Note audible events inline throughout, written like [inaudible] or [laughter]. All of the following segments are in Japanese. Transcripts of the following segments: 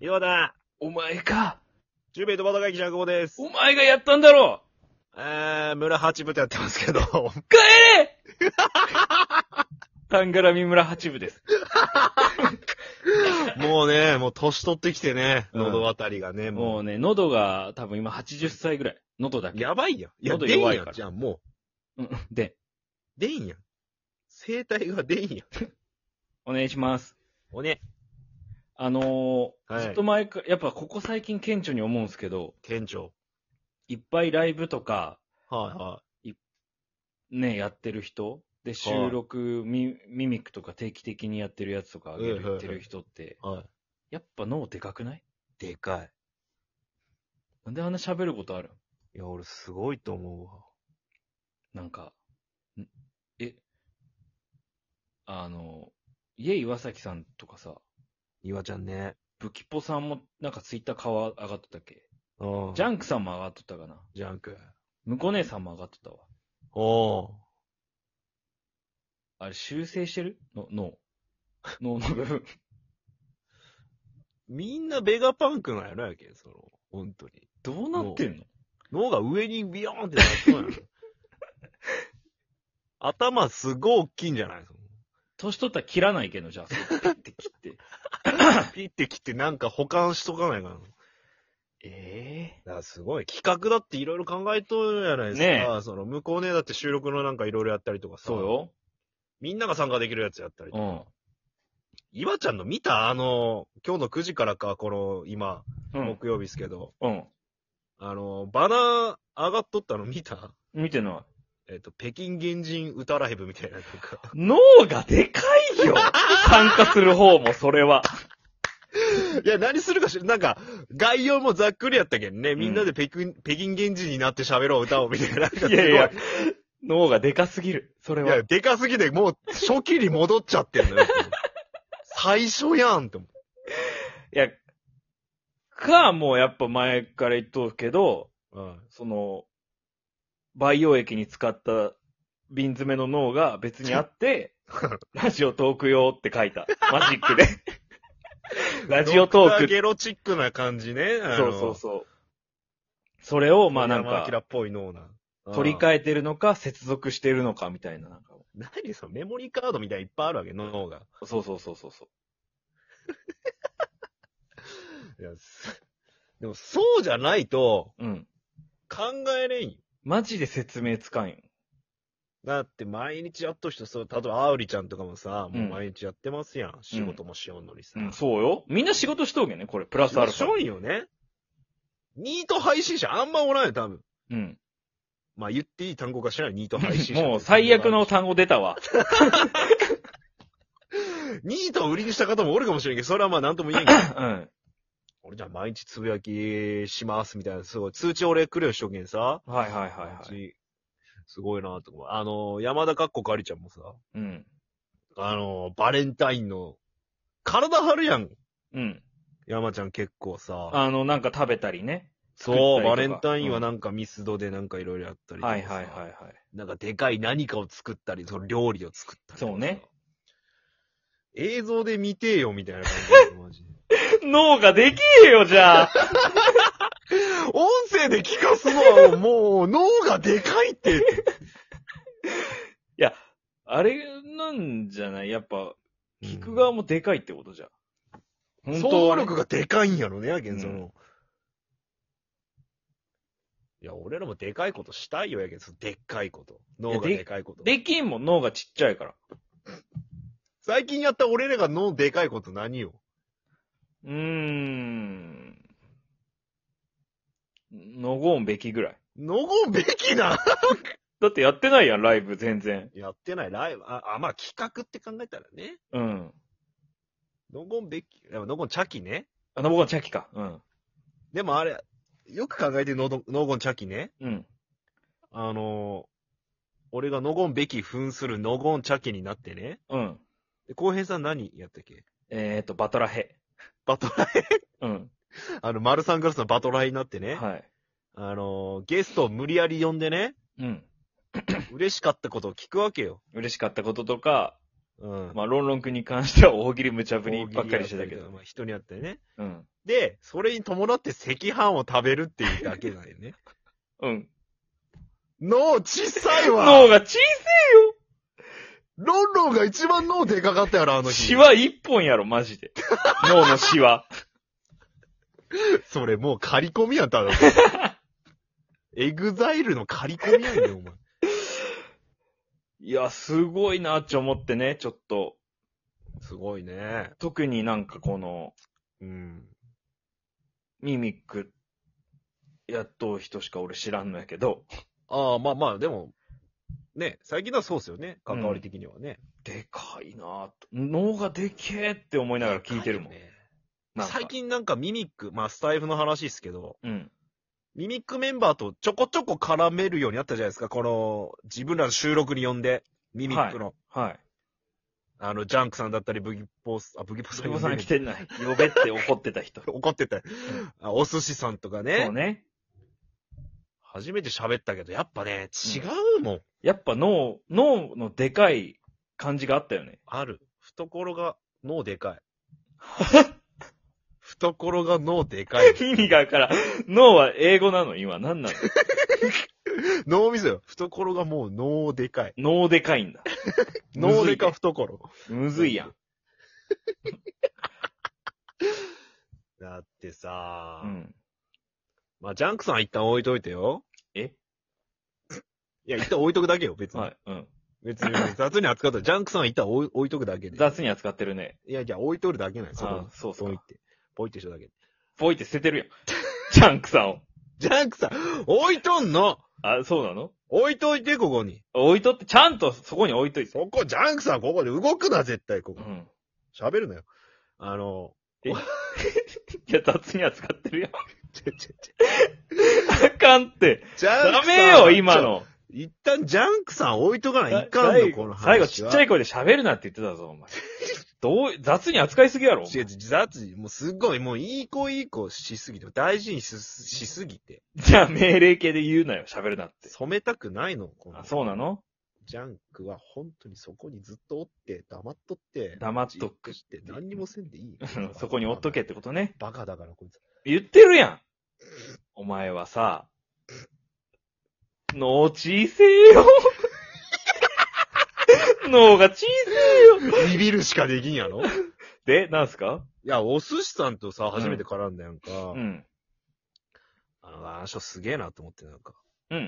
岩田、お前か。ジュベイトバタガキジャクボです。お前がやったんだろえー、村八分とやってますけど。 [laughs] う。帰れ [laughs] タンガラミ村八部です。もうね、もう年取ってきてね、うん喉あたりがね、ももうね、喉が多分今80歳ぐらい。喉だう。け。やばいやん。いや、喉出ん弱いやかん。らじゃあもうんで、う、出んやん。生体が出んやん。お願いします。おね、あのーはいずっと前から、やっぱここ最近顕著に思うんですけど、店長。いっぱいライブとか、はいはね、やってる人、で、収録、ミミミックとか定期的にやってるやつとか、ええやってる人って、い。はい。やっぱ脳でかくないでかい。なんであんな喋ることあるいや、俺すごいと思うわ。なんか、んえ、あの、家岩崎さんとかさ、岩ちゃんね。ブキポさんもなんかツイッター顔上がっとったっけうん。ジャンク。ンクさんも上がっとったかなジャンク。向こう姉さんも上がっとったわ。おー。あれ修正してるの脳。脳の部分。みんなベガパンクなんやろやけん、その、本当に。どうなってんの脳が上にビヨーンってなってんやろ。 [laughs] 頭すごい大きいんじゃないその年取ったら切らないけど、じゃあ、そうピッて切って。ピッて切ってなんか保管しとかないかな。 [laughs] ええだからすごい。企画だっていろいろ考えとるじゃないですか。ねその、向こうねだって収録のなんかいろいろやったりとかさ。そう。よ。みんなが参加できるやつやったりとうか。ん。岩ちゃんの見たあの、今日の9時からか、この、今、うん。木曜日ですけど、うん。あの、バナー上がっとったの見た見てない。えっ、と、北京原人歌ライブみたいな、なんか。脳がでかいよ参加する方も、それは。いや、何するかしら、なんか、概要もざっくりやったけんね。みんなで北京、北京現地になって喋ろう、歌おう、みたいな。なんかすごいやいや、脳がでかすぎる。それいはや、。でかすぎて、もう、初期に戻っちゃってんのよ。最初やんって思う。いや、か、もうやっぱ前から言っとるけど、うん。その、培養液に使った瓶詰めの脳が別にあ [laughs] って、ラジオトーク用って書いた。マジックで。ラジオトドークタク。ゲロチッ [laughs] クな感じね。そうそうそう。それを、まあなん山明か、っぽい脳な。取りえ。替えてるのか、接続してるのかみたいな、なんか。何そのメモリーカードみたいないっぱいあるわけ、脳が。そうそうそうそうそう。いや、すでも、そうじゃないと、うん。考えれんよ。マジで説明つかんよ。だって毎日やっとる人、そう、例えば、あうりちゃんとかもさ、うもんう毎日やってますやん。仕事もしよんのにさ。うん、そうよ。みんな仕事しとるけどね、これ。プラスアルフしァ。ょんよね。ニート配信者あんまおらんよ、多分。うん。まあ言っていい単語かしらない、ニート配信者。 [laughs] もう最悪の。単語出たわ。ニートを売りにした方もおるかもしれんけど、それはまあなんとも言えんけど。うん。俺じゃあ毎日つぶやきしますみたいな、すごい。通知俺来るようにしとけんさ。はいはいはいはい。い。すごいなと思う。あの、山田かっこかりちゃんもさ、うん。あの、バレンタインの、体張るやん。うん。山ちゃん結構さ。あの、なんか食べたりね。そ作う、ったりとかバレンタインはなんかミスドでなんかいろいろやったりとかはさいはいはいはい。なんかでかい何かを作ったり、その料理を作ったりとかさそうね。映像で見てよみたいな感じ。マ [laughs] ジで [laughs] 脳ができえよ、じゃあ。音声で聞かすのはもう脳がでかいって。あれなんじゃないやっぱ、聞く側もでかいってことじゃん。うん、本当総は合ね力がでかいんやろね、やけ、うんんその。いや、俺らもでかいことしたいよ、やけん、そのでっかいこと。脳がいやででかいこと。できんもん、脳がちっちゃいから。最近やった俺らが脳でかいこと何 [laughs] よ。うーん。のごんべきぐらい。のごべきなだってやってないやん、ライブ全然。やってない、ライブ、あ、あまあ企画って考えたらね。うん。ノゴンべき、いやノゴンチャキね。あの、僕はチャキか。うん。でもあれ、よく考えてノドノゴンチャキね。うん。あのー俺がノゴンべき扮するノゴンチャキになってね。うん。で、浩平さん何やったっけえーと、バトラヘ。バト [laughs] ライ、うん。あの、丸サングラスのバトライになってね。はい。あのーゲストを無理やり呼んでね、うん。嬉しかったことを聞くわけよ。嬉しかったこととか、うん。まあ、ロンロン君に関しては大喜利無茶ぶり大喜利ばっかりしてたけやどっ。まあ、人に会ってね。うん。で、それに伴って赤飯を食べるっていうだけだよ [laughs] ね。うん。脳小さいわ脳が小ロンロンが一番脳でかかったよな、あのさい日シ。ワ一本やろ、マジ [laughs] で。脳のシワ。それもう刈り込みやん、ただの。 [laughs] エグザイルの刈り込みやんよ、お前。いや、すごいなって思ってね、ちょっと。すごいね。特になんかこの、うん。ミミック、やっとう人しか俺知らんのやけど、ああ、まあまあ、でも、ね、最近のはそうですよね。関わり的にはね。でかいなと脳がでけえって思いながら聞いてるもん。ねなんか最。近なんかミミック、まあスタイフの話ですけど、うん。ミミックメンバーとちょこちょこ絡めるようになったじゃないですか。この、自分らの収録に呼んで、ミミックの、はい。あの、ジャンクさんだったり、ブギポース、あ、ブギポースそこさん来て。てない。呼べって怒ってた [laughs] 人。そ [laughs] 怒ってたよ。あお寿司さんとかねう。ね。初めて喋ったけど、やっぱね、違うもん。やっぱ脳、脳のでかい感じがあったよね。ある。懐が、脳で [laughs] かい。懐が脳でかい。意味がわからん。脳は英語なの今。何なの脳みそよ。懐がもう脳でかい。脳でかいんだ。脳でかむ懐。むずいやん。だってさ、うん。まあ、ジャンクさんは一旦置いといてよ。えいや、一旦置いとくだけよ、別に。はい。うん。別に、雑に扱ったら、ジャンクさんは一旦置い置いとくだけで。雑に扱ってるね。いや、じゃあ置いとるだけなんよ、そこあに。そうそ。置いうて。ポイってしただけ。ポイって捨ててるやん。ジャンクさんを。ジャンクさん、置いとんのあ、そうなの置いといて、ここに。置いとって、ちゃんとそこに置いといて。そこ、ジャンクさん、ここで動くな、絶対、こうこ。ん。喋るなよ。あの、いや、雑に扱ってるやん。ちょちょちょあかんって。ジャンクさんダメよ、今。ちょの。一旦ジャンクさん置いとかないいかん最の、後この話は。最後、ちっちゃい。い声で喋るなって言ってたぞ、お前。どう、雑に扱いすぎやろ。お違う違前う、雑に、もうすっごい、もういい子いい子しすぎて、大事にしすしすぎて、じゃあ、命令形で言うなよ、喋るなって。染めたくないの、このあ、。そうなのジャンクは本当にそこにずっとおって、黙っとって、黙っとく。じって何にもせんでい [laughs] いそこに置っとけってことね。バカだから、こいつ。言ってるやん。お前はさ、脳小せえよ。 [laughs] 脳が小せえよ。ビビるしかできんやろいで、なんすかや、お寿司さんとさ、初めて絡んだやんか。うん。あの、あの人すげえなと思って、なんか。うん。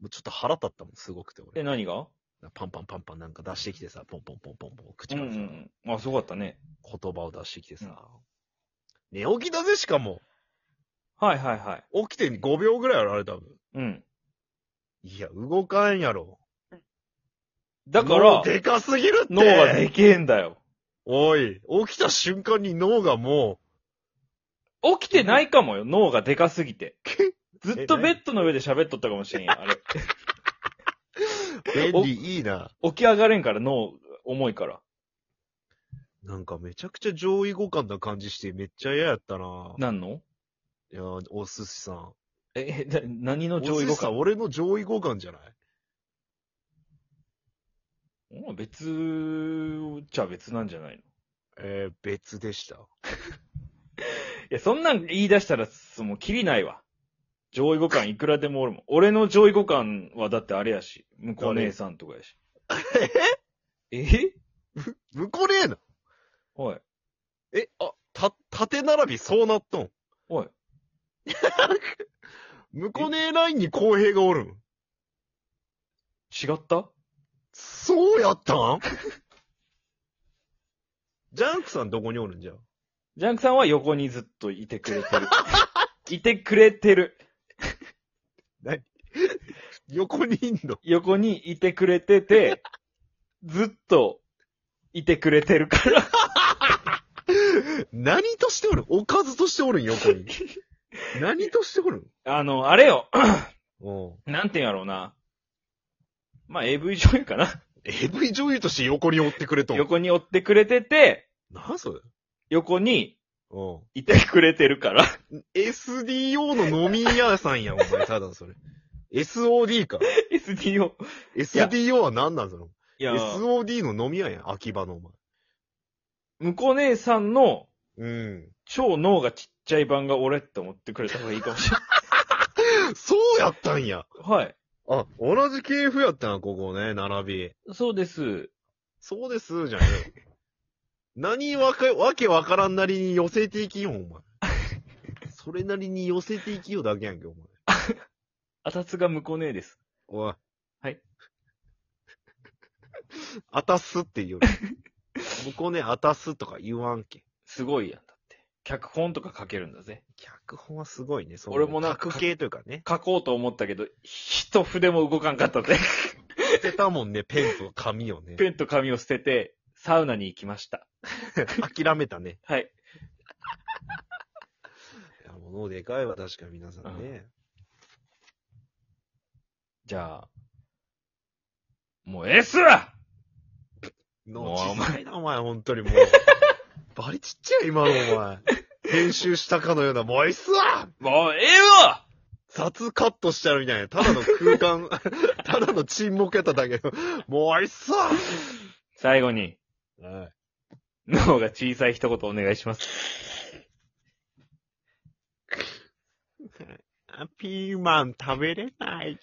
もうちょっと腹立ったもん、すごくてえ、俺。何がパンパンパンパンなんか出してきてさ、ポンポンポンポンポン、う口んかうらさ、んうん。あ、すごかったね。言葉を出してきてさ。寝起きだぜ、しかも。はいはいはい。起きて5秒ぐらいやろ、あれ多分。うん。いや、動かんやろ。だか脳ら、でかすぎるって脳がでけえんだよ。おい、起きた瞬間に脳がも起きてないかもよ、脳がでかすぎ [laughs] て。ずっとベッドの上で喋っとったかもしれんやん、あれ。う、便利いいな。起き上がれんから脳、重いから。なんかめちゃくちゃ上位互換な感じしてめっちゃ嫌やったな。なんのいやー、お寿司さん。え、えな何のお上寿位互司さ換ん、俺の上位互換じゃないうん別、じゃ別なんじゃないのいえー、別でした。や、そんなん言い出したら、その、キリないわ。上位互換いくらでもおるもん。俺の上位互換はだってあれやし、向こう姉さんとかやし。ええ向こうねえな。おい、え、あ、た、縦並びそうなっとん。おい。 [laughs] 向こうねえラインに公平がおるん。違ったそうやったん [laughs] ジャンクさんどこにおるんじゃん。ジャンクさんは横にずっといてくれてる。いてくれてる。横にいんの。 [laughs] 横にいてくれてて、ずっといてくれてるから。何としておるんおかずとしておるん、横 [laughs] に。何としておるんあの、あれよ。うん。なんて言うんやろうな。まあ、AV 女優かな。 AV 女優として横に追ってくれとん。横に追ってくれてて、なそれ横にうん。いてくれてるから。 [laughs] SDO の飲み屋さんやん、お前、ただそれ。SOD か。 SDO。 SDO は何なんそのいや、 ?SOD の飲み屋やん、秋葉のお前。向こう姉さんのうん。超脳がちっちゃい版が俺って思ってくれた方がいいかもしれなそうやったんや。 [laughs] い。はい。あ、同じ系譜やったな、ここね、並び。そうです。そうです、じゃねえよ。何わか、わけわからんなりに寄せていきよ、お前。それなりに寄せていきよだけやんけ、お前。あたつが向こうねえです。おい。はい。 [laughs] あたすって言う。向こうね、あたすとか言わんけ。すごいやん、だって。脚本とか書けるんだぜ。脚本はすごいね、そう。俺もなんか格系というかね。書こうと思ったけど、一筆も動かんかったぜ。 [laughs] 捨てたもんね、ペンと紙をね。ペンと紙を捨てて、サウナに行きました。諦めたね。はい。いや、物でかいわ、確かに皆さんね。じゃあ、もうええっすわのもう小お前さいな、お前、本当にも [laughs] う。バリちっちゃい、今のお前。編集したかのような、もういいっすわもうええわ雑カットしてあるみたいな。ただの空間、 [laughs] ただの沈黙やっただけど、もういいっすわ最後に、はい。脳が小さい一言お願いします。ピーマン食べれない。